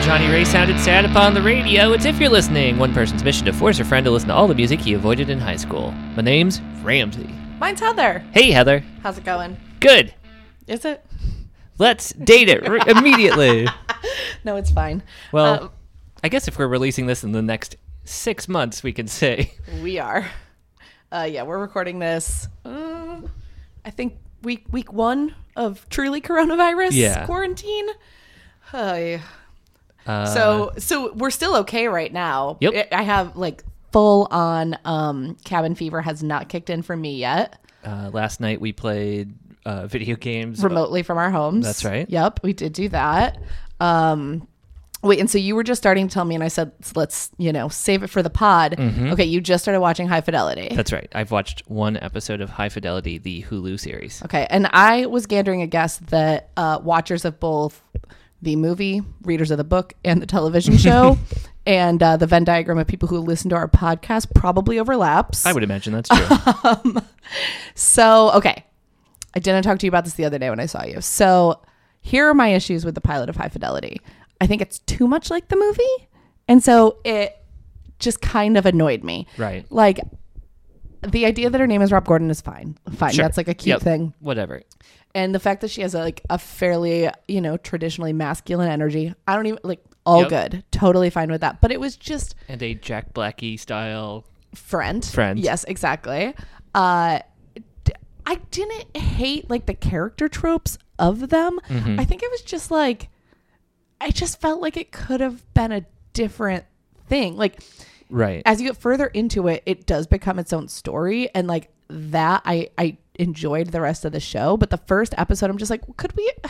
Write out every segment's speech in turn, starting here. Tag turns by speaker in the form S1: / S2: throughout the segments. S1: Johnny Ray sounded sad upon the radio. It's if you're listening, one person's mission to force a friend to listen to all the music he avoided in high school. My name's Ramsey.
S2: Mine's Heather.
S1: Hey, Heather.
S2: How's it going?
S1: Good.
S2: Is it?
S1: Let's date it r- immediately.
S2: No, it's fine.
S1: Well,
S2: Um,
S1: I guess if we're releasing this in the next six months, we can say
S2: Um, we are. Uh, yeah, we're recording this. Um, I think week week one of truly coronavirus
S1: Yeah.
S2: quarantine. Hi.
S1: uh,
S2: so so we're still okay right now.
S1: Yep.
S2: I I have like full on um, cabin fever has not kicked in for me yet.
S1: uh, last night we played uh, video games.
S2: remotely from our homes.
S1: That's right.
S2: Yep, we did do that. Um, wait, and so you were just starting to tell me, and I said, let's you know save it for the pod. Okay, you just started watching High Fidelity.
S1: Mm-hmm. That's right. I've watched one episode of High Fidelity, the Hulu series.
S2: Okay, and I was gandering a guess that uh, watchers of both the movie, readers of the book, and the television show, and uh, the Venn diagram of people who listen to our podcast probably overlaps.
S1: I would imagine that's true.
S2: So, okay. I didn't talk to you about this the other day when I saw you. So, here are my issues with the pilot of High Fidelity. I think it's too much like the movie. And so it just kind of annoyed me.
S1: Right.
S2: Like, the idea that her name is Rob Gordon is fine. Fine.
S1: Sure.
S2: That's like a cute
S1: Yep.
S2: thing.
S1: Whatever.
S2: And the fact that she has a, like a fairly, you know, traditionally masculine energy, I don't even like all
S1: Yep.
S2: good. Totally fine with that. But it was just
S1: And a Jack Blackie style.
S2: friend.
S1: Friend.
S2: Yes, exactly. Uh, d- I didn't hate like the character tropes of them.
S1: Mm-hmm.
S2: I think it was just like I just felt like it could have been a different thing. Like
S1: Right.
S2: as you get further into it, it does become its own story, and like that, I I enjoyed the rest of the show. But the first episode, I'm just like, could we?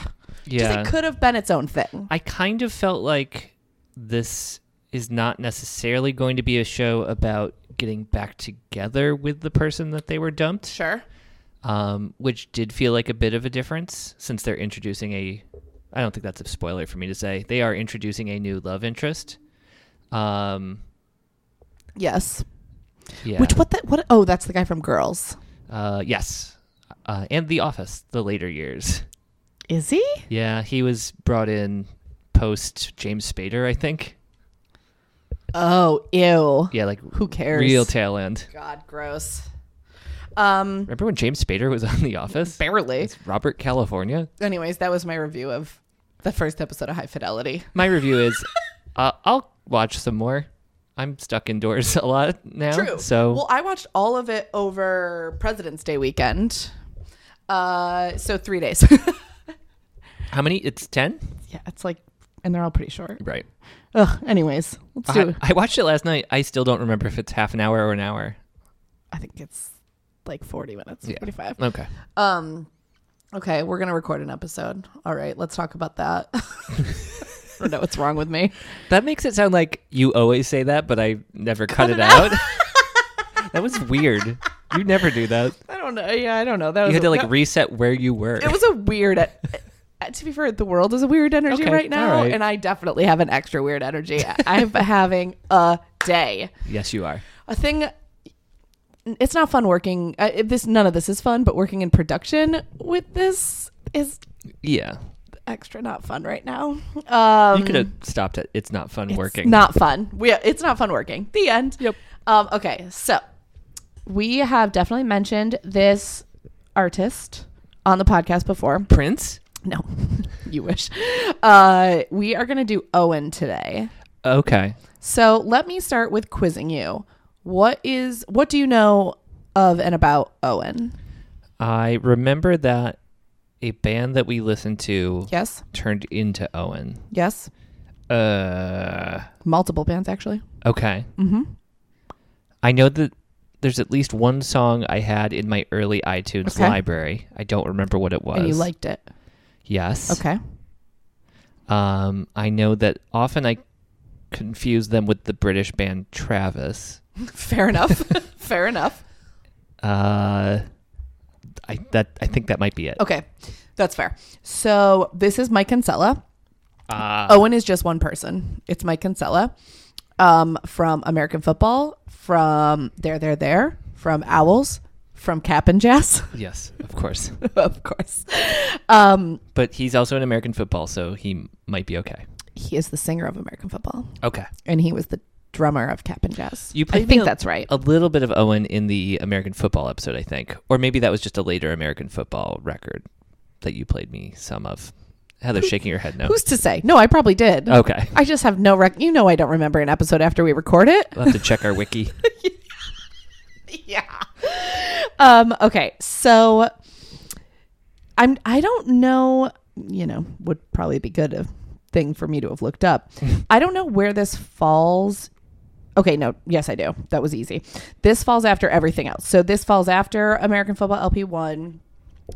S2: Just,
S1: Yeah.
S2: it could have been its own thing.
S1: I kind of felt like this is not necessarily going to be a show about getting back together with the person that they were dumped,
S2: Sure.
S1: um, which did feel like a bit of a difference since they're introducing a. I don't think that's a spoiler for me to say. They are introducing a new love interest. Um,
S2: Yes.
S1: yeah.
S2: Which what that what? Oh, that's the guy from Girls.
S1: Uh, yes. Uh, and The Office, the later years.
S2: Is he?
S1: Yeah, he was brought in post James Spader, I think.
S2: Oh, ew.
S1: Yeah, like
S2: Who cares?
S1: real tail end.
S2: God, gross. Um,
S1: Remember when James Spader was on The Office?
S2: barely.
S1: It's Robert California.
S2: Anyways, that was my review of the first episode of High Fidelity.
S1: My review is uh, I'll watch some more. I'm stuck indoors a lot now. So
S2: well, I watched all of it over President's Day weekend. Uh, so three days.
S1: how many? It's 10?
S2: yeah, it's like, and they're all pretty short.
S1: Right.
S2: Ugh. Anyways, let's do.
S1: I, I watched it last night. I still don't remember if it's half an hour or an hour.
S2: I think it's like forty minutes,
S1: Yeah.
S2: forty-five.
S1: Okay.
S2: Um, okay, we're gonna record an episode. All right, let's talk about that. I don't know what's wrong with me.
S1: That makes it sound like you always say that, but I never cut, it out. that was weird. You never do that.
S2: I don't know. Yeah, I don't know. That
S1: You
S2: was
S1: had to like
S2: that-
S1: reset where you were.
S2: it was a weird uh, to be fair the world is a weird energy
S1: Okay,
S2: right now
S1: all right.
S2: and i definitely have an extra weird energy i'm having a day
S1: yes, you are.
S2: a thing it's not fun working uh, it- this none of this is fun but working in production with this is
S1: Yeah.
S2: extra not fun right now um
S1: you could have stopped it. It's not fun working.
S2: not fun we it's not fun working the end
S1: Yep.
S2: um okay so we have definitely mentioned this artist on the podcast before
S1: Prince?
S2: No, you wish. Uh, we are going to do Owen today.
S1: Okay.
S2: So let me start with quizzing you. What is what do you know of and about Owen?
S1: I remember that a band that we listened to
S2: Yes,
S1: turned into Owen.
S2: yes,
S1: Uh,
S2: multiple bands actually.
S1: okay. Mm-hmm. I know that there's at least one song I had in my early iTunes
S2: Okay.
S1: library. I don't remember what it was.
S2: And you liked it.
S1: Yes.
S2: Okay.
S1: Um, I know that often I confuse them with the British band Travis.
S2: Fair enough. Fair enough.
S1: Uh, I that I think that might be it.
S2: Okay. That's fair. So this is Mike Kinsella.
S1: Uh,
S2: Owen is just one person. It's Mike Kinsella um, from American football, from There, There, There, from Owls, from Cap and Jazz.
S1: yes, of course.
S2: of course. Um,
S1: But he's also in American football, so he m- might be okay.
S2: he is the singer of American football,
S1: Okay.
S2: and he was the drummer of Cap and Jazz.
S1: You
S2: I
S1: played me
S2: think
S1: a-
S2: that's right.
S1: A little bit of Owen in the American football episode, I think. Or maybe that was just a later American football record that you played me some of. Heather's shaking her head no.
S2: Who's to say? No, I probably did.
S1: Okay.
S2: I just have no rec. You know, I don't remember an episode after we record it.
S1: We'll have to check our wiki.
S2: yeah. Um. Okay. So, I'm. I don't know. You know, would probably be good a thing for me to have looked up.
S1: Hmm.
S2: I don't know where this falls. Okay. No. Yes, I do. That was easy. This falls after everything else. So this falls after American Football LP one,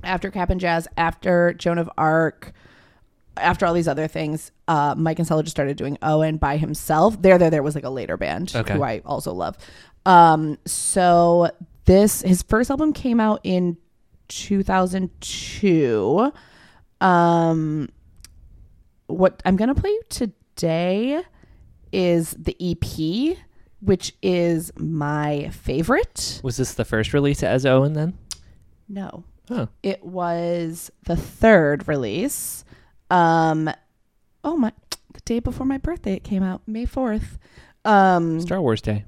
S2: after Cap and Jazz, after Joan of Arc. After all these other things, uh, Mike and Sella just started doing Owen by himself. There, there, there was like a later band
S1: Okay.
S2: who I also love. Um, so this his first album came out in 2002. Um, what I'm gonna play you today is the EP, which is my favorite.
S1: Was this the first release as Owen then?
S2: No,
S1: Oh.
S2: it was the third release. Um, oh my, the day before my birthday, it came out May 4th. Um,
S1: Star Wars Day.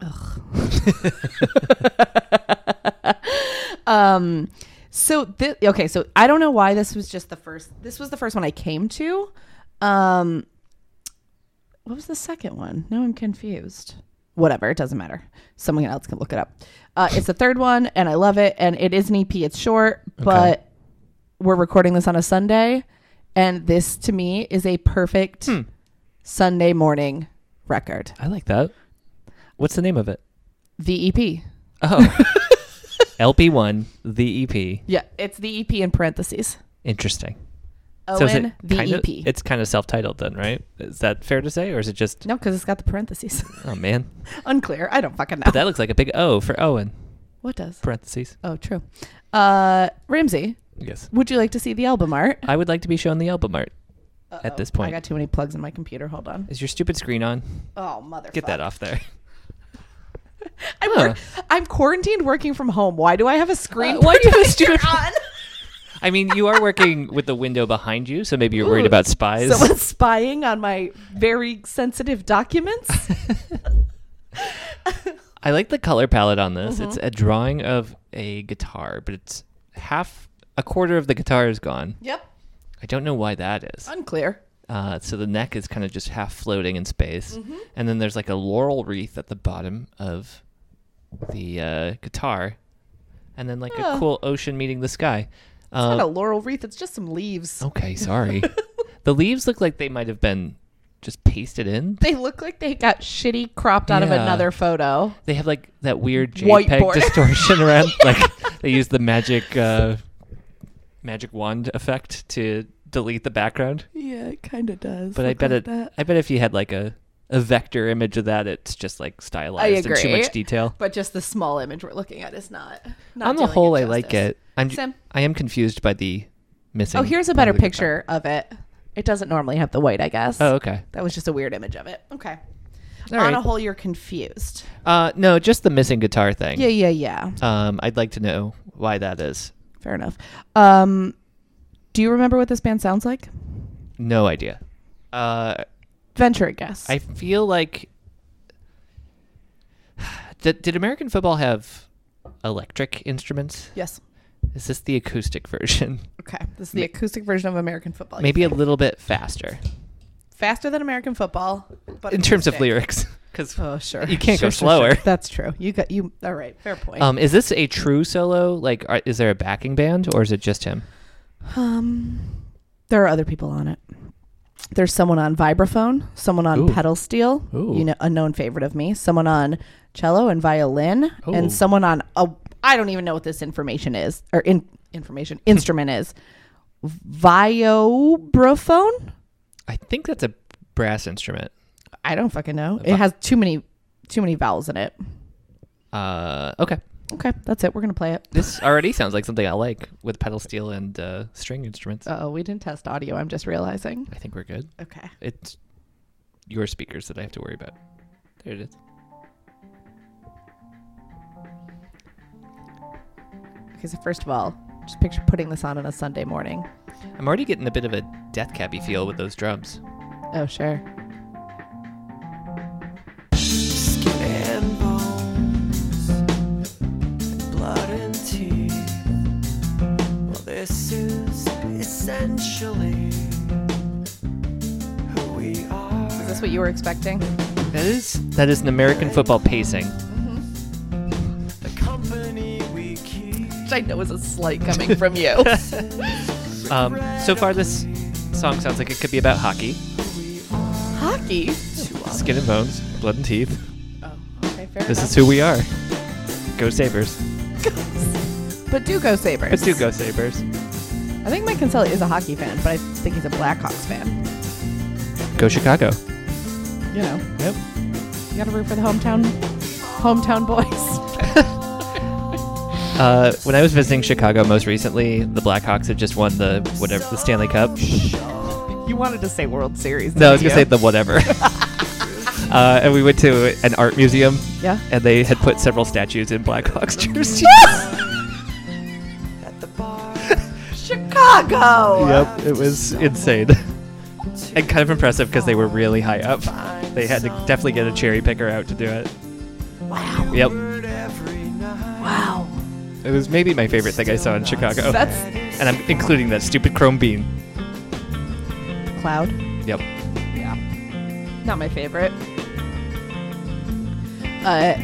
S2: um so this okay so i don't know why this was just the first this was the first one i came to um what was the second one now i'm confused whatever it doesn't matter someone else can look it up uh, it's the third one and i love it and it is an ep it's short but we're recording this on a sunday and this to me is a perfect
S1: Hmm.
S2: sunday morning record
S1: I like that. What's the name of it?
S2: the E ep
S1: Oh. LP1, the EP.
S2: yeah it's the ep in parentheses
S1: Interesting.
S2: owen
S1: is it
S2: the E
S1: kind
S2: ep
S1: Of, it's kind of self-titled then, right? Is that fair to say or is it just
S2: No, because it's got the parentheses.
S1: Oh man.
S2: Unclear. I don't fucking know.
S1: But that looks like a big O for Owen.
S2: what does?
S1: Parentheses.
S2: Oh, true. Uh, Ramsey,
S1: Yes.
S2: would you like to see the album art?
S1: I would like to be shown the album art.
S2: Uh-oh.
S1: this point.
S2: I got too many plugs in my computer. Hold on.
S1: Is your stupid screen on?
S2: Oh, mother.
S1: Get that off there.
S2: I'm,
S1: Huh.
S2: wor- I'm quarantined working from home. Why do I have a screen?
S1: Uh, why do you have a
S2: projector
S1: stupid-
S2: on?
S1: I mean, you are working with the window behind you, so maybe you're worried
S2: Ooh,
S1: about spies.
S2: Someone's spying on my very sensitive documents.
S1: I like the color palette on this. It's
S2: Uh-huh.
S1: a drawing of a guitar, but it's half a quarter of the guitar is gone.
S2: yep.
S1: I don't know why that is.
S2: Unclear.
S1: Uh, so the neck is kind of just half floating in space,
S2: Mm-hmm.
S1: and then there's like a laurel wreath at the bottom of the uh, guitar, and then like
S2: Huh.
S1: a cool ocean meeting the sky.
S2: It's
S1: Uh, oh.
S2: not a laurel wreath. It's just some leaves.
S1: okay, sorry. the leaves look like they might have been just pasted in.
S2: They look like they got shitty cropped out of
S1: Yeah.
S2: another photo.
S1: They have like that weird
S2: Whiteboard.
S1: JPEG distortion around. Like they use the magic uh, magic wand effect to delete the background.
S2: Yeah, it kind of does.
S1: But I bet it. I bet if you had like a a vector image of that, it's just like stylized and too
S2: agree.
S1: much detail.
S2: but just the small image we're looking at is not. not
S1: On the
S2: doing
S1: whole, I like
S2: justice.
S1: it. I'm
S2: Sam?
S1: I am confused by the missing.
S2: Oh, here's a
S1: part
S2: better
S1: of the guitar.
S2: picture of it. It doesn't normally have the white, I guess.
S1: Oh, okay.
S2: That was just a weird image of it. Okay.
S1: All
S2: On a
S1: right.
S2: whole, you're confused.
S1: uh, no, just the missing guitar thing.
S2: Yeah, yeah, yeah.
S1: Um, I'd like to know why that is.
S2: Fair enough. Um, do you remember what this band sounds like?
S1: No idea. Uh,
S2: Venture a guess.
S1: I feel like did, did American football have electric instruments?
S2: yes.
S1: Is this the acoustic version?
S2: Okay. This is the acoustic version of American football.
S1: Maybe a little bit faster
S2: faster than American football, but
S1: in terms of
S2: acoustic.
S1: lyrics, because
S2: Oh, sure.
S1: You can't
S2: Sure, sure,
S1: go
S2: sure.
S1: slower.
S2: That's true. You got you. All right. Fair point.
S1: Um, is this a true solo? Like, are, is there a backing band, or is it just him?
S2: Um, there are other people on it. There's someone on vibraphone, someone on
S1: Ooh.
S2: pedal steel,
S1: Ooh.
S2: you know, a known favorite of me, someone on cello and violin,
S1: Ooh.
S2: and someone on a I don't even know what this information is or in,
S1: Hmm.
S2: information instrument is. Viobraphone?
S1: I think that's a brass instrument.
S2: I don't fucking know. It has too many too many vowels in it.
S1: Uh, okay.
S2: Okay, that's it. We're gonna play it.
S1: This already sounds like something I like with pedal steel and uh, string instruments.
S2: Oh, we didn't test audio. I'm just realizing.
S1: I think we're good.
S2: Okay.
S1: It's your speakers that I have to worry about. There it is.
S2: Because first of all, just picture putting this on on a Sunday morning.
S1: I'm already getting a bit of a death cabbie feel with those drums.
S2: Oh, sure.
S3: Skin and bones, blood and teeth. Well, this is essentially who we are.
S2: Is this what you were expecting?
S1: That is that is an American football pacing.
S3: The company we keep.
S2: Which I know is a slight coming from you.
S1: Um, so far, this song sounds like it could be about hockey,
S2: Hockey.
S1: skin and bones, blood and teeth.
S2: Oh, okay, fair
S1: This is who we are. Go Sabers,
S2: But do go Sabres.
S1: but do go Sabers.
S2: I think Mike Kinsella is a hockey fan, but I think he's a Blackhawks fan.
S1: Go Chicago.
S2: You know,
S1: Yep.
S2: you gotta root for the hometown hometown boys.
S1: Uh, when I was visiting Chicago most recently, the Blackhawks had just won the whatever the Stanley Cup.
S2: You wanted to say World Series.
S1: No, I was gonna say the whatever. uh, and we went to an art museum,
S2: Yeah.
S1: and they had put several statues in Blackhawks jerseys.
S3: At the bar,
S2: Chicago.
S1: yep, it was insane and kind of impressive because they were really high up. They had to definitely get a cherry picker out to do it.
S2: Wow.
S1: Yep,
S3: word every night.
S2: Wow.
S1: it was maybe my favorite thing I saw in Chicago,
S2: That's
S1: and I'm including that stupid chrome bean.
S2: Cloud.
S1: Yep.
S2: Yeah. Not my favorite. Uh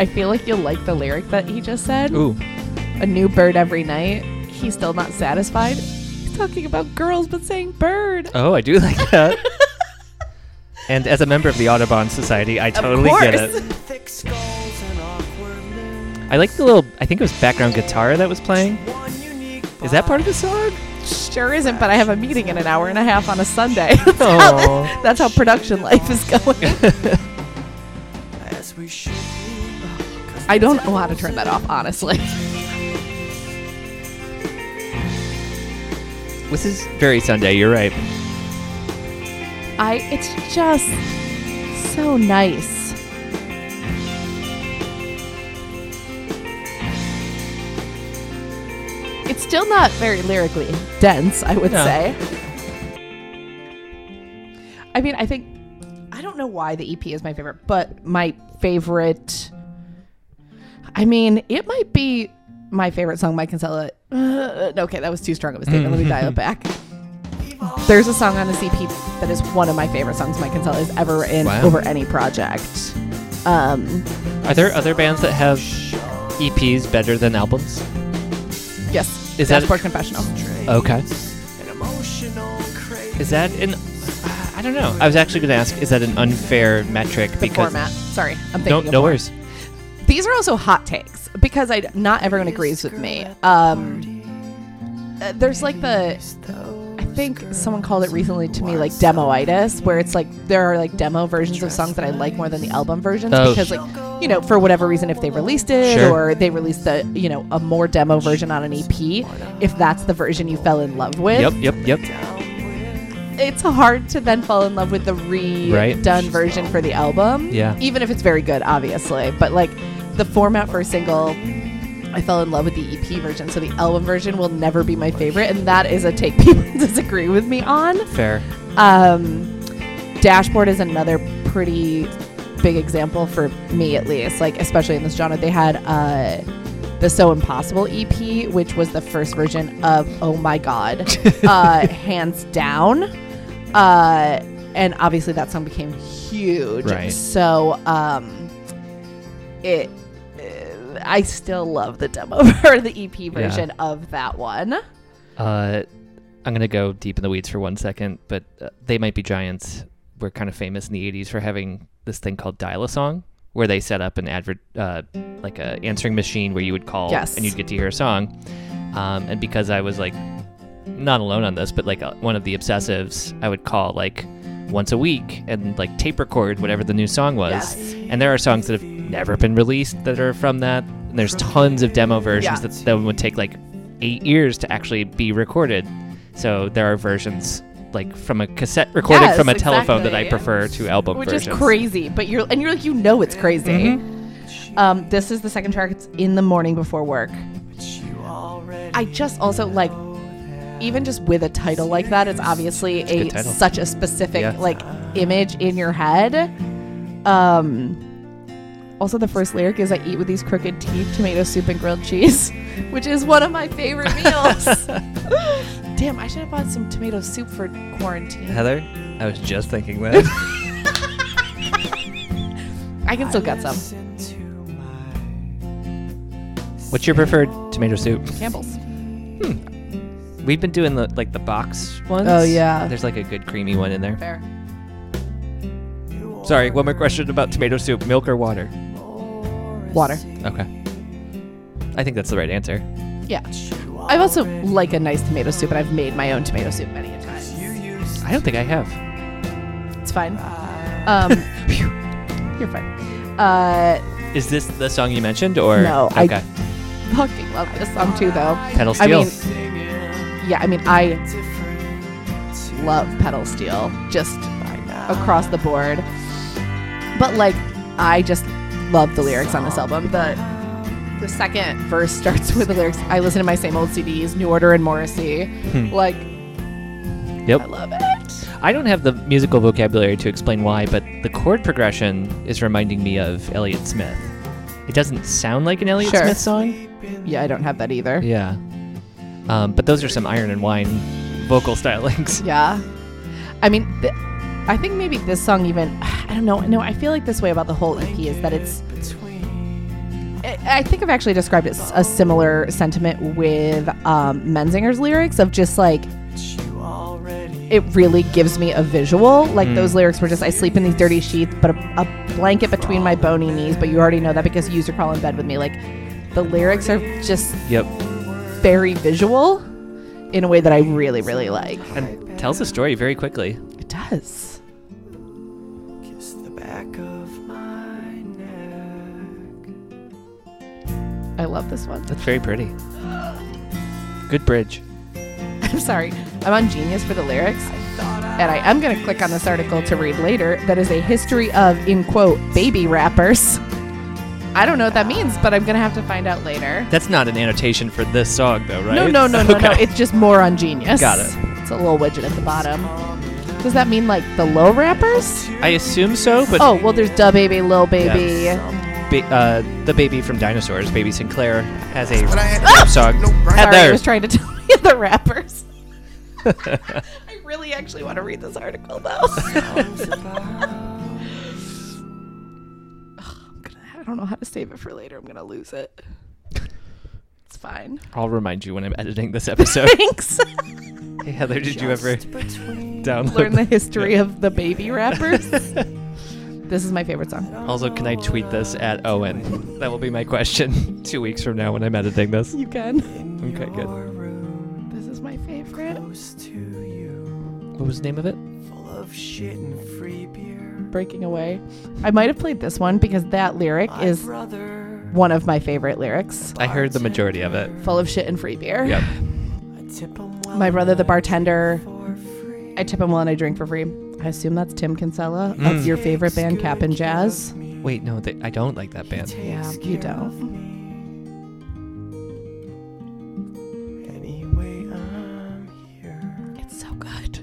S2: I feel like you'll like the lyric that he just said.
S1: Ooh.
S2: A new bird every night. He's still not satisfied. He's talking about girls but saying bird.
S1: Oh, I do like that. and as a member of the Audubon Society, I totally
S2: of
S1: get
S2: course.
S1: it.
S3: Thick skulls and awkward news.
S1: I like the little. I think it was background guitar that was playing.
S3: One unique
S1: Is that part of the song?
S2: Sure isn't, but I have a meeting in an hour and a half on a Sunday. that's, how
S1: Aw.
S2: this- that's how production life is going.
S3: bond as we should be. 'Cause
S2: I don't know how to turn that off, honestly.
S1: This is very Sunday. You're right.
S2: I it's just so nice. It's still not very lyrically dense, I would
S1: No.
S2: say. I mean, I think I don't know why the EP is my favorite, but my favorite I mean, it might be my favorite song Mike Kinsella. Uh, okay, that was too strong of a statement. Let me dial it back. There's a song on the CP that is one of my favorite songs Mike Kinsella has ever written
S1: Wow.
S2: over any project. Um,
S1: Are there other bands that have EPs better than albums?
S2: yes,
S1: Is that-
S2: Dashboard Confessional.
S1: Okay.
S3: An emotional craving.
S1: Is that an? I don't know. I was actually going to ask. Is that an unfair metric?
S2: The
S1: because
S2: format. Sorry, I'm thinking.
S1: no,
S2: of
S1: no
S2: more.
S1: worries.
S2: These are also hot takes because I not everyone agrees with me. Um, uh, there's like the I think someone called it recently to me like demoitis, where it's like there are like demo versions of songs that I like more than the album versions
S1: Oh.
S2: because like you know for whatever reason if they released it
S1: Sure.
S2: or they released the you know a more demo version on an EP, if that's the version you fell in love with,
S1: Yep, yep, yep.
S2: it's hard to then fall in love with the redone
S1: Right.
S2: version for the album.
S1: Yeah.
S2: Even if it's very good, obviously. But like the format for a single, I fell in love with the EP version. So the album version will never be my favorite. And that is a take people disagree with me on.
S1: Fair.
S2: Um, Dashboard is another pretty big example for me, at least. Like, especially in this genre, they had uh, the So Impossible EP, which was the first version of Oh My God, uh, hands down. Uh, and obviously, that song became huge.
S1: Right.
S2: So, um, it. uh, I still love the demo or the EP version of that one.
S1: Uh, I'm going to go deep in the weeds for one second, but uh, they might be giants. We're kind of famous in the 80s for having this thing called dial a song, where they set up an advert, uh, like a answering machine where you would call
S2: Yes.
S1: and you'd get to hear a song. Um, and because I was like, not alone on this, but like uh, one of the obsessives, I would call like once a week and like tape record whatever the new song was.
S2: Yes.
S1: And there are songs that have never been released that are from that. And there's tons of demo versions
S2: Yeah.
S1: that, that would take like eight years to actually be recorded. So there are versions like from a cassette recorded
S2: Yes,
S1: from a telephone that I
S2: exactly.
S1: prefer to album
S2: which
S1: versions.
S2: is crazy but you're and you're like you know it's crazy
S1: Mm-hmm.
S2: um, this is the second track it's in the morning before work
S3: You already
S2: i just also like even just with a title like that, it's obviously
S1: a
S2: a,
S1: good title.
S2: such a specific
S1: Yeah.
S2: like image in your head. Um also the first lyric is I eat with these crooked teeth tomato soup and grilled cheese, which is one of my favorite meals. Damn, I should have bought some tomato soup for quarantine.
S1: Heather, I was just thinking that.
S2: I can still get some.
S1: What's your preferred tomato soup?
S2: Campbell's.
S1: We've been doing the like the box ones.
S2: Oh, yeah.
S1: There's like a good creamy one in there.
S2: Fair.
S1: Sorry, one more question about tomato soup: milk or water?
S2: Water.
S1: Okay. I think that's the right answer.
S2: Yeah. I've also like a nice tomato soup and I've made my own tomato soup many a times.
S1: I don't think I have.
S2: It's fine. Um, you're fine. Uh,
S1: Is this the song you mentioned or
S2: No, I-
S1: Okay.
S2: fucking love this song too, though.
S1: Pedal
S2: I
S1: steel.
S2: mean, yeah, I mean, I love pedal steel just across the board. But like, I just love the lyrics on this album. The the second verse starts with the lyrics. I listen to my same old CDs, New Order and Morrissey. Like,
S1: Yep.
S2: I love it.
S1: I don't have the musical vocabulary to explain why, but the chord progression is reminding me of Elliott Smith. It doesn't sound like an Elliott
S2: Sure.
S1: Smith song.
S2: Yeah, I don't have that either.
S1: Yeah. Um, but those are some Iron and Wine vocal stylings.
S2: Yeah. I mean, th- I think maybe this song even, I don't know. No, I feel like this way about the whole EP is that it's, I I think I've actually described it s- a similar sentiment with um, Menzinger's lyrics of just like, it really gives me a visual. Like those lyrics were just, I sleep in these dirty sheets, but a, a blanket between my bony knees, but you already know that because you used to crawl in bed with me. Like the lyrics are just
S1: Yep.
S2: very visual in a way that I really, really like.
S1: And tells the story very quickly.
S2: It does.
S3: Kiss the back of my neck.
S2: I love this one.
S1: That's very pretty. Good bridge.
S2: I'm sorry. I'm on Genius for the lyrics. And I am going to click on this article to read later that is a history of, in quote, baby rappers. I don't know what that means, but I'm going to have to find out later.
S1: That's not an annotation for this song, though, right?
S2: No, no, no, no, no.
S1: Okay.
S2: It's just more on Genius.
S1: Got it.
S2: It's a little widget at the bottom. Does that mean like the low rappers?
S1: I assume so, but
S2: Oh, well, there's Da Baby, Lil Baby.
S1: ba- uh, the baby from Dinosaurs, Baby Sinclair, has a rap
S2: Ah!
S1: song.
S2: Sorry, I
S1: Heather.
S2: was trying to tell you the rappers. I really actually want to read this article, though. I'm gonna, I don't know how to save it for later. I'm gonna lose it. It's fine.
S1: I'll remind you when I'm editing this episode.
S2: Thanks.
S1: hey, Heather, did you ever download?
S2: Learn the history of the baby rappers. this is my favorite song.
S1: Also, can I tweet this at Owen? That will be my question two weeks from now when I'm editing this.
S2: You can.
S1: Okay, good.
S2: This is my favorite.
S1: What was the name of it?
S2: Breaking away. I might have played this one because that lyric is one of my favorite lyrics.
S1: I heard the majority of it.
S2: Full of shit and free beer.
S1: Yep.
S2: My brother, the bartender. I tip him well and I drink for free. I assume that's Tim Kinsella of your favorite band, Cap and Jazz.
S1: Wait, no, they, I don't like that band.
S2: Yeah, you don't.
S3: Anyway, I'm here.
S2: It's so good.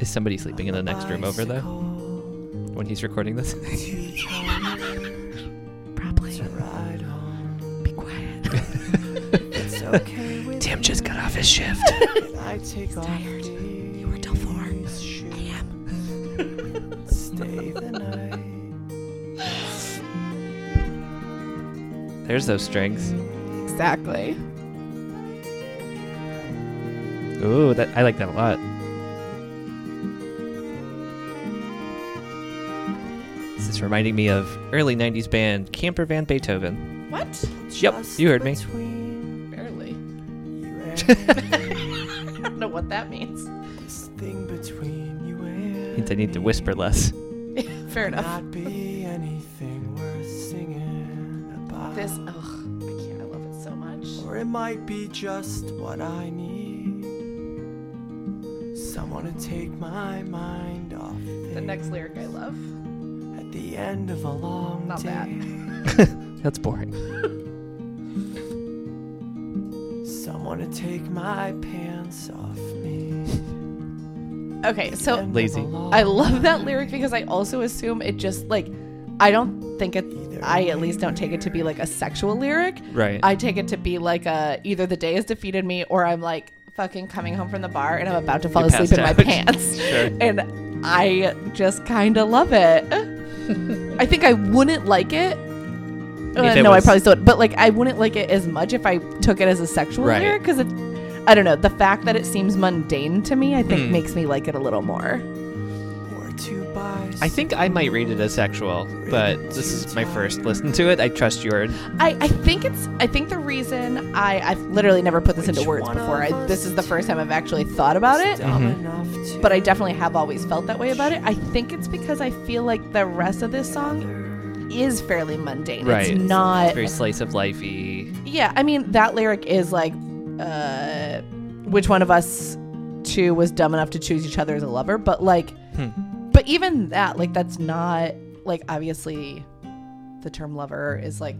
S1: Is somebody sleeping in the next room over there when he's recording this?
S2: Probably.
S3: Ride home.
S2: Be quiet.
S3: It's okay with
S1: Tim just got off his shift.
S3: it. I take off these
S2: We're till four.
S3: shoes.
S2: a.m.
S3: Stay the night.
S1: There's those strings.
S2: Exactly.
S1: Ooh, that I like that a lot. This is reminding me of early '90s band Camper Van Beethoven.
S2: What?
S1: Yep, you heard me.
S3: Between
S2: Barely.
S3: you and
S2: I don't know what that means.
S3: this thing between you and
S1: Means I need to whisper less.
S2: Fair enough.
S3: not be anything worth singing about.
S2: This, ugh, I can't. I love it so much.
S3: Or it might be just what I need. Someone to take my mind off.
S2: The next lyric I love.
S3: At the end of a long
S2: Not
S3: day.
S2: that.
S1: That's boring.
S3: Someone wanna take my pants off me.
S2: Okay, so
S1: Lazy.
S2: I love that lyric because I also assume it just like I don't think it I at least don't take it to be like a sexual lyric.
S1: Right.
S2: I take it to be like a either the day has defeated me or I'm like fucking coming home from the bar and I'm about to fall
S1: You're
S2: asleep in my
S1: passed out.
S2: pants.
S1: Sure.
S2: And I just kind of love it. I think I wouldn't like it. Uh,
S1: it
S2: no, I
S1: was-
S2: probably still would. But like, I wouldn't like it as much if I took it as a sexual
S1: Right.
S2: lyric because it. I don't know. The fact that it seems mundane to me, I think,
S1: Hmm.
S2: makes me like it a little more.
S3: Or two buys.
S1: I think I might rate it as sexual, but this is my first listen to it. I trust your
S2: I, I think it's I think the reason I I've literally never put this
S3: Which
S2: into words
S3: one
S2: before.
S3: of
S2: I, this
S3: us
S2: is the first time I've actually thought about
S3: It's
S2: it,
S1: Mm-hmm.
S3: dumb enough to
S2: but I definitely have always felt that way about it. I think it's because I feel like the rest of this song is fairly mundane.
S1: Right.
S2: It's not
S1: very slice of lifey.
S2: Yeah, I mean that lyric is like uh which one of us two was dumb enough to choose each other as a lover, but like
S1: Hmm.
S2: but even that like that's not like obviously the term lover is like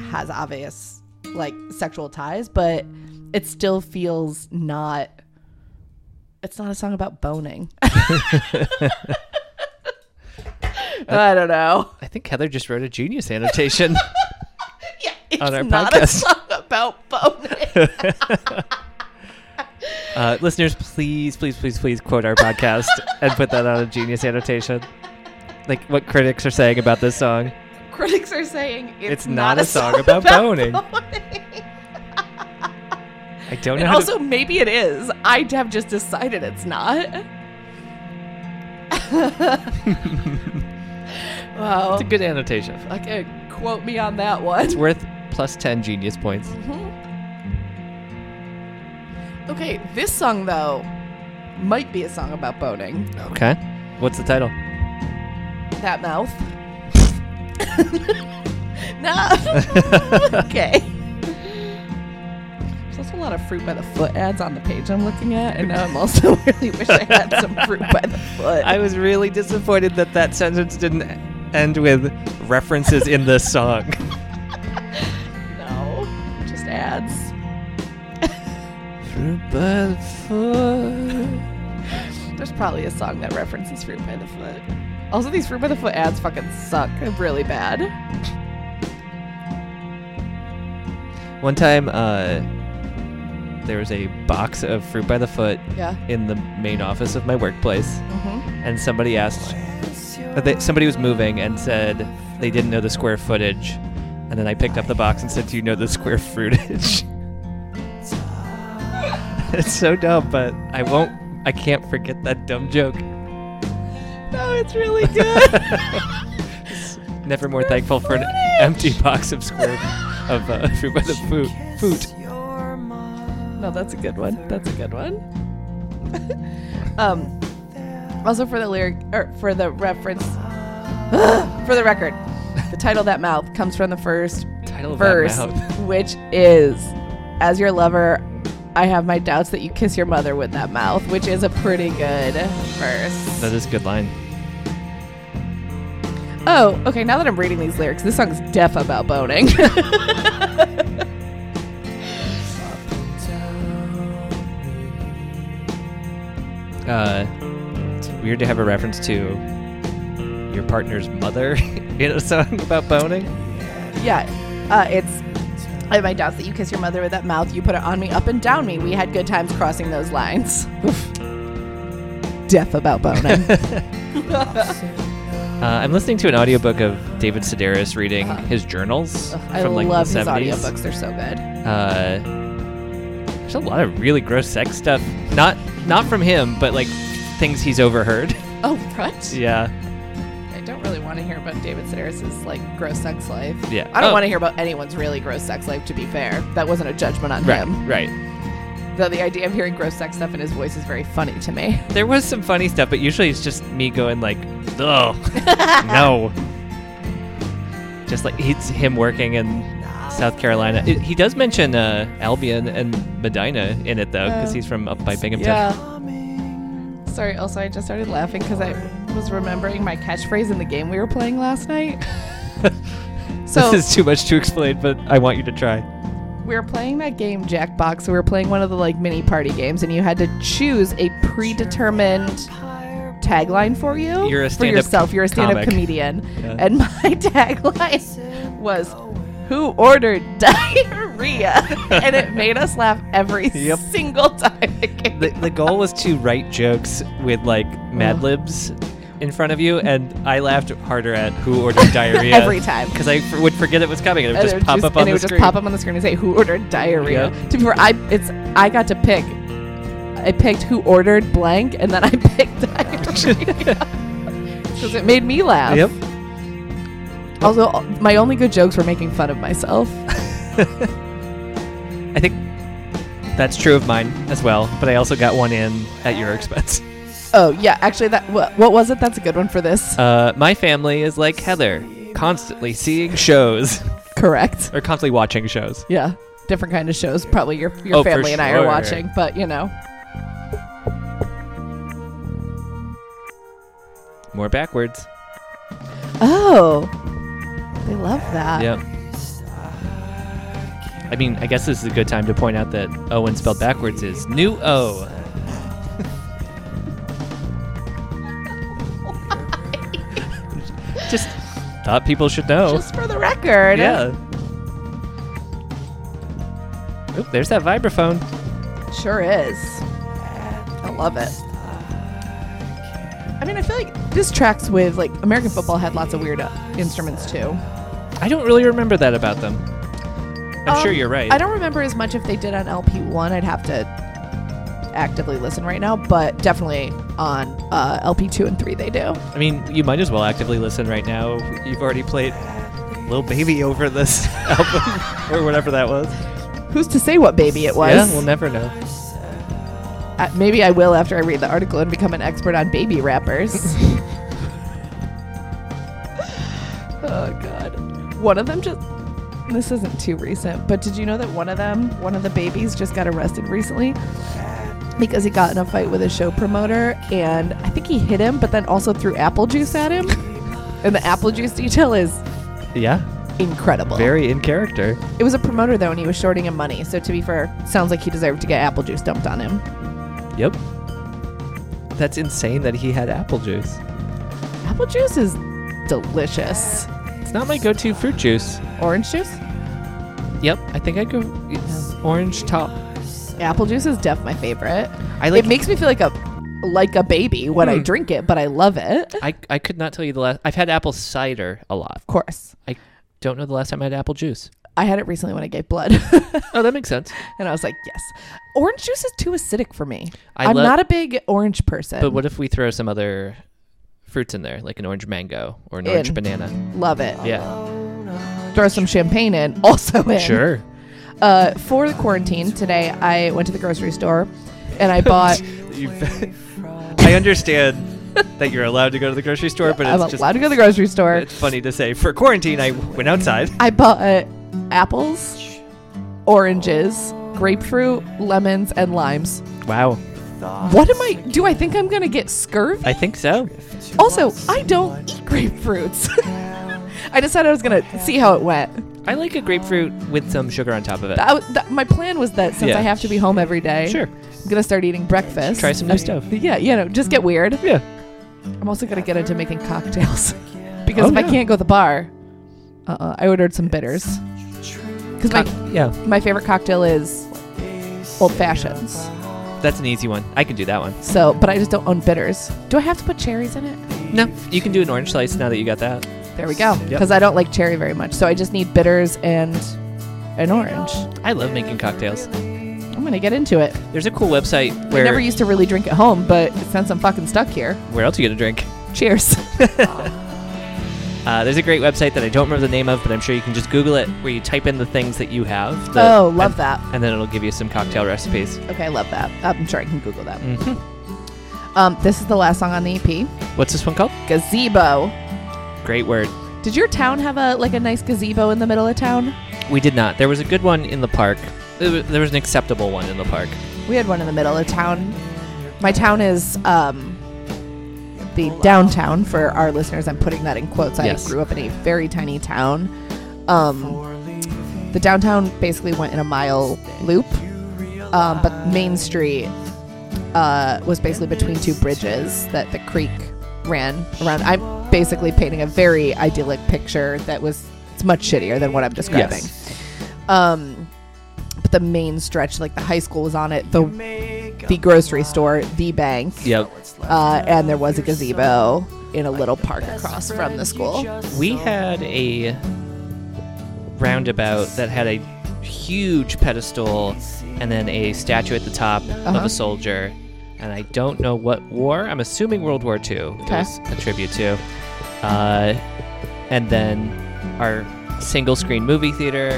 S2: has obvious like sexual ties, but it still feels not it's not a song about boning. I don't know.
S1: I think Heather just wrote a genius annotation.
S2: Yeah, it's
S1: On our
S2: not
S1: podcast.
S2: a song about boning.
S1: uh, listeners, please, please, please, please quote our podcast and put that on a genius annotation. Like what critics are saying about this song.
S2: critics are saying it's,
S1: It's not a song about boning. I don't know.
S2: And
S1: How
S2: also,
S1: to,
S2: maybe it is. I have just decided it's not. wow.
S1: it's a good annotation.
S2: Okay, quote me on that one.
S1: It's worth plus ten genius points.
S2: Okay, this song though might be a song about boning.
S1: Okay. What's the title?
S2: That mouth. no. okay. There's also a lot of fruit by the foot ads on the page I'm looking at, and now I'm also really wish I had some fruit by the foot.
S1: I was really disappointed that that sentence didn't end with references in the song.
S2: no, just ads.
S1: Fruit by the foot.
S2: There's probably a song that references fruit by the foot. Also, these fruit by the foot ads fucking suck really bad.
S1: One time, uh, there was a box of fruit by the foot
S2: Yeah.
S1: in the main office of my workplace,
S2: Mm-hmm.
S1: and somebody asked. uh, They, somebody was moving and said they didn't know the square footage, and then I picked up the box and said, "Do you know the square footage?" it's so dumb, but I won't. I can't forget that dumb joke.
S2: No, it's really good.
S1: Never more thankful for an empty box of square of uh, fruit by the foot. Foot.
S3: Your mother.
S2: No, that's a good one. That's a good one. um, also for the lyric or for the reference, for the record, the title "That Mouth" comes from the first
S1: Title of that
S2: verse,
S1: mouth.
S2: which is, "As your lover, I have my doubts that you kiss your mother with that mouth," which is a pretty good verse.
S1: That is a good line.
S2: Oh, okay. Now that I'm reading these lyrics, this song's deaf about boning.
S1: Uh, it's weird to have a reference to your partner's mother in a song about boning.
S2: Yeah, uh, it's. I have my doubts that you kiss your mother with that mouth. You put it on me, up and down me. We had good times crossing those lines. Oof. Deaf about boning.
S1: Uh, I'm listening to an audiobook of David Sedaris reading his journals
S2: I
S1: from like
S2: love
S1: the
S2: his
S1: 70s.
S2: audiobooks. They're so good.
S1: Uh, there's a lot of really gross sex stuff. Not not from him, but like things he's overheard.
S2: Oh, what?
S1: yeah.
S2: I don't really want to hear about David Sedaris' like gross sex life.
S1: Yeah.
S2: I don't
S1: Oh.
S2: want to hear about anyone's really gross sex life. To be fair, that wasn't a judgment on
S1: Right.
S2: him.
S1: Right.
S2: Though the idea of hearing gross sex stuff in his voice is very funny to me.
S1: There was some funny stuff, but usually it's just me going like, "Oh, no." Just like it's him working in South Carolina. It- he does mention uh, Albion and Medina in it though, because
S2: Oh.
S1: he's from up by Binghamton.
S2: Sorry, also, I just started laughing because I was remembering my catchphrase in the game we were playing last night. so,
S1: this is too much to explain, but I want you to try.
S2: We were playing that game Jackbox. We were playing one of the like mini party games, and you had to choose a predetermined tagline for you.
S1: You're a
S2: for
S1: stand-up
S2: yourself. You're a stand-up
S1: comic.
S2: comedian,
S1: Yeah.
S2: and my tagline was, "Who ordered diarrhea?" and it made us laugh every
S1: Yep.
S2: single time. It came.
S1: the, the goal was to write jokes with like Mad Libs in front of you, and I laughed harder at who ordered diarrhea
S2: Every time.
S1: because I f- would forget it was coming, and it would
S2: And
S1: just pop up on
S2: and
S1: the
S2: it would
S1: screen.
S2: just pop up on the screen and say who ordered diarrhea.
S1: Yeah.
S2: To be fair, I it's I got to pick. I picked who ordered blank, and then I picked diarrhea because it made me laugh.
S1: Yep.
S2: Also, my only good jokes were making fun of myself.
S1: I think that's true of mine as well, but I also got one in at your expense.
S2: oh yeah, actually, that what, what was it? That's a good one for this.
S1: Uh, my family is like Heather, constantly seeing shows
S2: Correct.
S1: or constantly watching shows.
S2: Yeah, different kind of shows. Probably your your
S1: Oh, for
S2: family and I are
S1: sure.
S2: watching, but you know.
S1: More backwards.
S2: Oh, they love that.
S1: Yep. I mean, I guess this is a good time to point out that Owen spelled backwards is new O. Just thought people should know.
S2: Just for the record.
S1: yeah. Oop, there's that vibraphone.
S2: Sure is. I love it. I mean, I feel like this tracks with like American football had lots of weird uh, instruments too.
S1: I don't really remember that about them. I'm
S2: Um,
S1: sure you're right.
S2: I don't remember as much if they did on LP one. I'd have to actively listen right now, but definitely on uh, LP two and three they do.
S1: I mean, you might as well actively listen right now. You've already played Lil Baby over this album or whatever that was.
S2: Who's to say what baby it was?
S1: Yeah, we'll never know.
S2: Uh, maybe I will after I read the article and become an expert on baby rappers. oh god. One of them just this isn't too recent, but did you know that one of them, one of the babies just got arrested recently because he got in a fight with a show promoter and I think he hit him but then also threw apple juice at him. and the apple juice detail is
S1: Yeah,
S2: incredible.
S1: very in character.
S2: It was a promoter though and he was shorting him money, so to be fair, sounds like he deserved to get apple juice dumped on him.
S1: Yep. That's insane that he had apple juice.
S2: Apple juice is delicious.
S1: It's not my go-to fruit juice.
S2: Orange juice?
S1: Yep, I think I'd go it's orange top.
S2: Apple juice is def my favorite.
S1: I like- Hmm.
S2: it makes me feel like a like a baby when I drink it, but I love it. Of
S1: I, I could not tell you the last. I've had apple cider a lot.
S2: course.
S1: I don't know the last time I had apple juice.
S2: I had it recently when I gave blood.
S1: Oh, that makes sense.
S2: and I was like, yes. Orange juice is too acidic for me.
S1: I
S2: I'm
S1: love-
S2: not a big orange person.
S1: But what if we throw some other fruits in there, like an orange mango or an orange
S2: In.
S1: banana?
S2: love it.
S1: Yeah,
S2: Throw some champagne in also in.
S1: sure.
S2: Uh, for the quarantine today, I went to the grocery store and I bought
S1: I understand that you're allowed to go to the grocery store, but
S2: I'm
S1: it's
S2: allowed
S1: just
S2: to go to the grocery store.
S1: it's funny to say for quarantine I went outside.
S2: I bought uh, apples, oranges, grapefruit, lemons, and limes.
S1: Wow,
S2: What am I? Do I think I'm gonna get scurvy?
S1: I think so.
S2: also, I don't eat grapefruits. I decided I was gonna see how it went.
S1: I like a grapefruit with some sugar on top of it.
S2: That, was- that, my plan was that since
S1: Yeah.
S2: I have to be home every day,
S1: Sure.
S2: I'm gonna start eating breakfast.
S1: Try some new stuff.
S2: Yeah, you know, just get weird.
S1: Yeah.
S2: I'm also gonna get into making cocktails because if I
S1: yeah.
S2: can't go to the bar, uh-uh, I ordered some bitters because my
S1: Yeah.
S2: my favorite cocktail is old fashions.
S1: That's an easy one. I can do that one.
S2: So, but I just don't own bitters. Do I have to put cherries in it?
S1: No, you can do an orange slice now that you got that.
S2: There we go.
S1: Yep.
S2: Because I don't like cherry very much, so I just need bitters and an orange.
S1: I love making cocktails.
S2: I'm gonna get into it.
S1: There's a cool website
S2: I
S1: where
S2: never used to really drink at home, but since I'm fucking stuck here,
S1: where else you get a drink.
S2: cheers.
S1: Uh, there's a great website that I don't remember the name of, but I'm sure you can just Google it, where you type in the things that you have. the-
S2: oh, love
S1: and-
S2: that.
S1: And then it'll give you some cocktail recipes.
S2: Okay, I love that. I'm sure I can Google that.
S1: Mm-hmm.
S2: Um, this is the last song on the EP,
S1: What's this one called?
S2: gazebo.
S1: Great word.
S2: Did your town have a like a nice gazebo in the middle of town?
S1: We did not. There was a good one in the park. There wa- there was an acceptable one in the park.
S2: We had one in the middle of town. My town is um, the downtown for our listeners. I'm putting that in quotes. I
S1: Yes.
S2: grew up in a very tiny town. Um, the downtown basically went in a mile loop, um, but Main Street uh, was basically between two bridges that the creek ran around. I'm basically painting a very idyllic picture that was it's much shittier than what I'm describing. Um, but the main stretch, like the high school, was on it. The the grocery store, the bank,
S1: Yep.
S2: uh, and there was a gazebo in a little park across from the school.
S1: We had a roundabout that had a huge pedestal and then a statue at the top of
S2: Uh-huh.
S1: a soldier. And I don't know what war. I'm assuming World War II it
S2: Okay.
S1: was a tribute to. Uh, and then our single screen movie theater.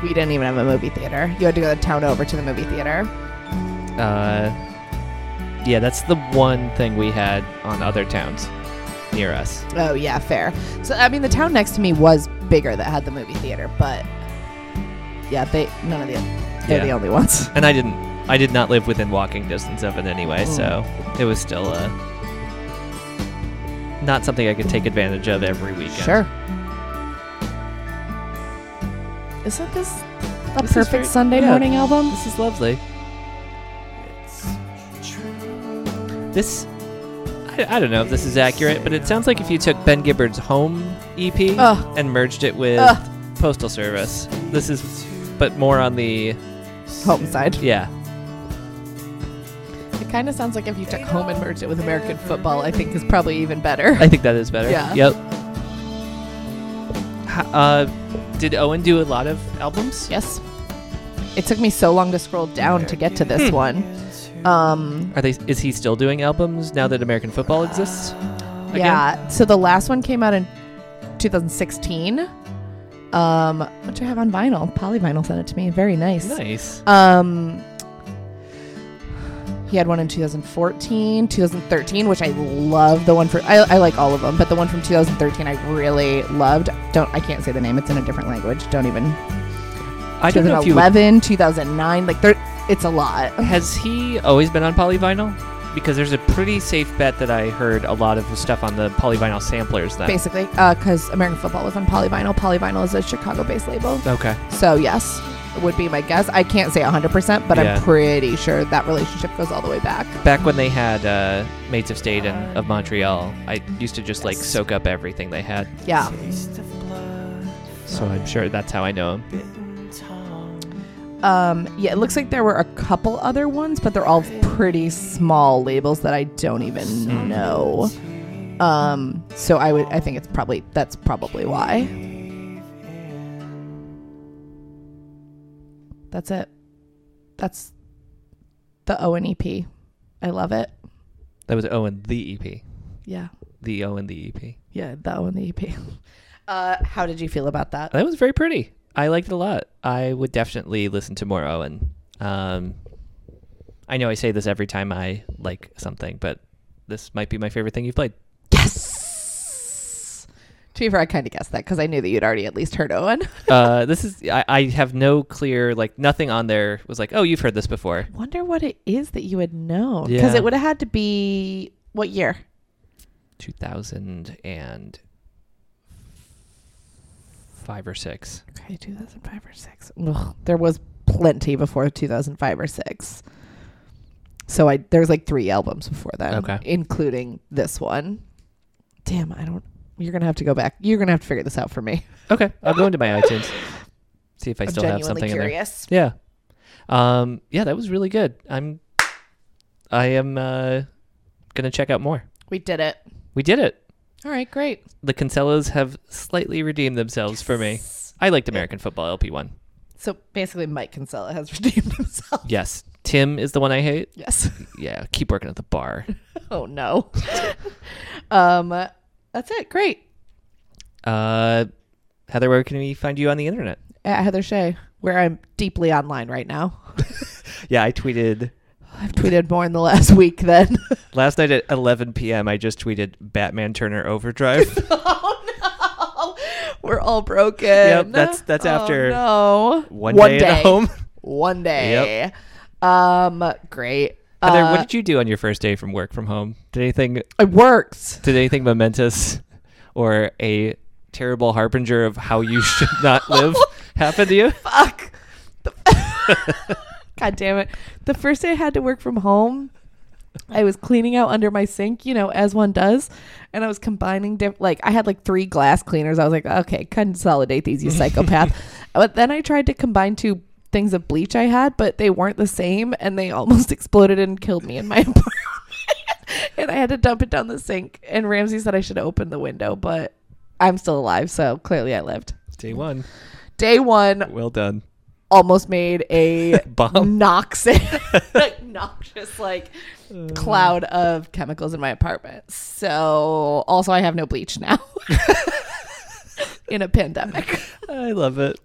S2: We didn't even have a movie theater. You had to go to town over to the movie theater.
S1: Uh, yeah, that's the one thing we had on other towns near us.
S2: Oh yeah, fair. So I mean, the town next to me was bigger that had the movie theater, but yeah, they none of the they're
S1: Yeah.
S2: the only ones.
S1: and I didn't I did not live within walking distance of it anyway, so
S2: Hmm.
S1: it was still uh, not something I could take advantage of every weekend.
S2: Isn't this a
S1: This is
S2: perfect
S1: very-
S2: Sunday
S1: yeah.
S2: morning album?
S1: This is lovely. This I, I don't know if this is accurate, but it sounds like if you took Ben Gibbard's home EP
S2: Ugh.
S1: and merged it with
S2: Ugh.
S1: Postal Service. This is but more on the
S2: Home side.
S1: yeah.
S2: It kind of sounds like if you took home and merged it with American football, I think is probably even better.
S1: I think that is better.
S2: Yeah.
S1: Yep. Ha- Uh, did Owen do a lot of albums?
S2: yes. It took me so long to scroll down to get to
S1: Hmm.
S2: this one. Um,
S1: Are they? Is he still doing albums now that American football exists? Again?
S2: Yeah. So the last one came out in 2016, um, which I have on vinyl. Polyvinyl sent it to me. Very nice.
S1: Nice.
S2: Um, he had one in 2014, 2013, which I love. The one for I, I like all of them, but the one from 2013 I really loved. Don't I can't say the name. It's in a different language. Don't even.
S1: I don't know if you. would-
S2: 2011, 2009. Like there, it's a lot.
S1: Has he always been on polyvinyl? Because there's a pretty safe bet that I heard a lot of his stuff on the polyvinyl samplers. Then.
S2: Basically, because American football was on Polyvinyl. Polyvinyl is a Chicago-based label.
S1: Okay.
S2: So yes, would be my guess. I can't say 100%, but
S1: Yeah.
S2: I'm pretty sure that relationship goes all the way back.
S1: Back when they had uh, Mates of State and of Montreal, I used to just like soak up everything they had.
S2: Yeah.
S1: So I'm sure that's how I know him.
S2: Um, yeah, it looks like there were a couple other ones, but they're all pretty small labels that I don't even know. Um, so I would I think it's probably that's probably why. That's it. That's the O and E P. I love it.
S1: That was Owen the EP.
S2: Yeah.
S1: The Owen the E EP.
S2: Yeah, the O and the EP. Uh, how did you feel about that?
S1: That was very pretty. I liked it a lot. I would definitely listen to more Owen. Um, I know I say this every time I like something, but this might be my favorite thing you've played.
S2: Yes. To be fair, I kind of guessed that because I knew that you'd already at least heard E Owen.
S1: uh, this is I, I have no clear like nothing on there was like oh you've heard this before.
S2: Wonder what it is that you would know because
S1: Yeah.
S2: it would have had to be what year?
S1: Two thousand and five or six.
S2: Okay, two thousand five or six. Ugh, there was plenty before two thousand five or six. So I there's like three albums before that,
S1: Okay.
S2: including this one. Damn, I don't. You're gonna have to go back. You're gonna have to figure this out for me.
S1: Okay, I'll go into my iTunes see if I
S2: I'm
S1: still have
S2: genuinely
S1: something in there.
S2: curious.
S1: Yeah. Um, yeah, that was really good. I'm I am uh, gonna check out more.
S2: We did it.
S1: We did it.
S2: All right, great.
S1: The Cancelos have slightly redeemed themselves for me. I liked American football LP one.
S2: So basically, Mike Kinsella has redeemed himself.
S1: Yes. Tim is the one I hate.
S2: Yes.
S1: Yeah, keep working at the bar.
S2: Oh no. um, that's it. Great.
S1: Uh Heather, where can we find you on the internet?
S2: At Heather Shea, where I'm deeply online right now.
S1: Yeah, I tweeted
S2: I've tweeted more in the last week than.
S1: last night at 11 p.m. I just tweeted Batman Turner Overdrive.
S2: oh no, we're all broken.
S1: Yep, that's- that's
S2: Oh,
S1: after
S2: no.
S1: One, day, at home.
S2: One day. Um, great.
S1: Heather,
S2: Uh,
S1: what did you do on your first day from work from home? Did anything
S2: it worked.
S1: did anything momentous or a terrible harbinger of how you should not live Happened to you?
S2: Fuck. The- God damn it. The first day I had to work from home, I was cleaning out under my sink, you know, as one does. And I was combining, diff- like, I had like three glass cleaners. I was like, okay, consolidate these, you psychopath. but then I tried to combine two things of bleach I had, but they weren't the same. And they almost exploded and killed me in my apartment. and I had to dump it down the sink. And Ramsey said I should open the window, but I'm still alive. So clearly I lived.
S1: Day one.
S2: Day one,
S1: Well done.
S2: almost made a
S1: Bomb.
S2: noxious, noxious like cloud of chemicals in my apartment. So also, I have no bleach now in a pandemic.
S1: I love it.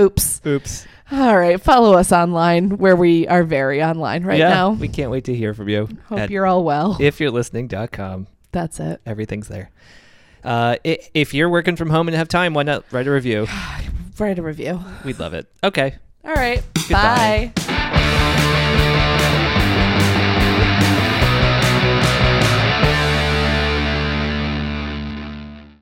S2: Oops.
S1: Oops.
S2: All right, follow us online where we are very online right
S1: yeah,
S2: now.
S1: We can't wait to hear from you.
S2: Hope
S1: at
S2: you're all well.
S1: if you're listening.com.
S2: That's it.
S1: Everything's there. Uh, i- if you're working from home and have time, why not write a review?
S2: Write a review.
S1: We'd love it. Okay.
S2: All right.
S1: Goodbye.
S2: Bye.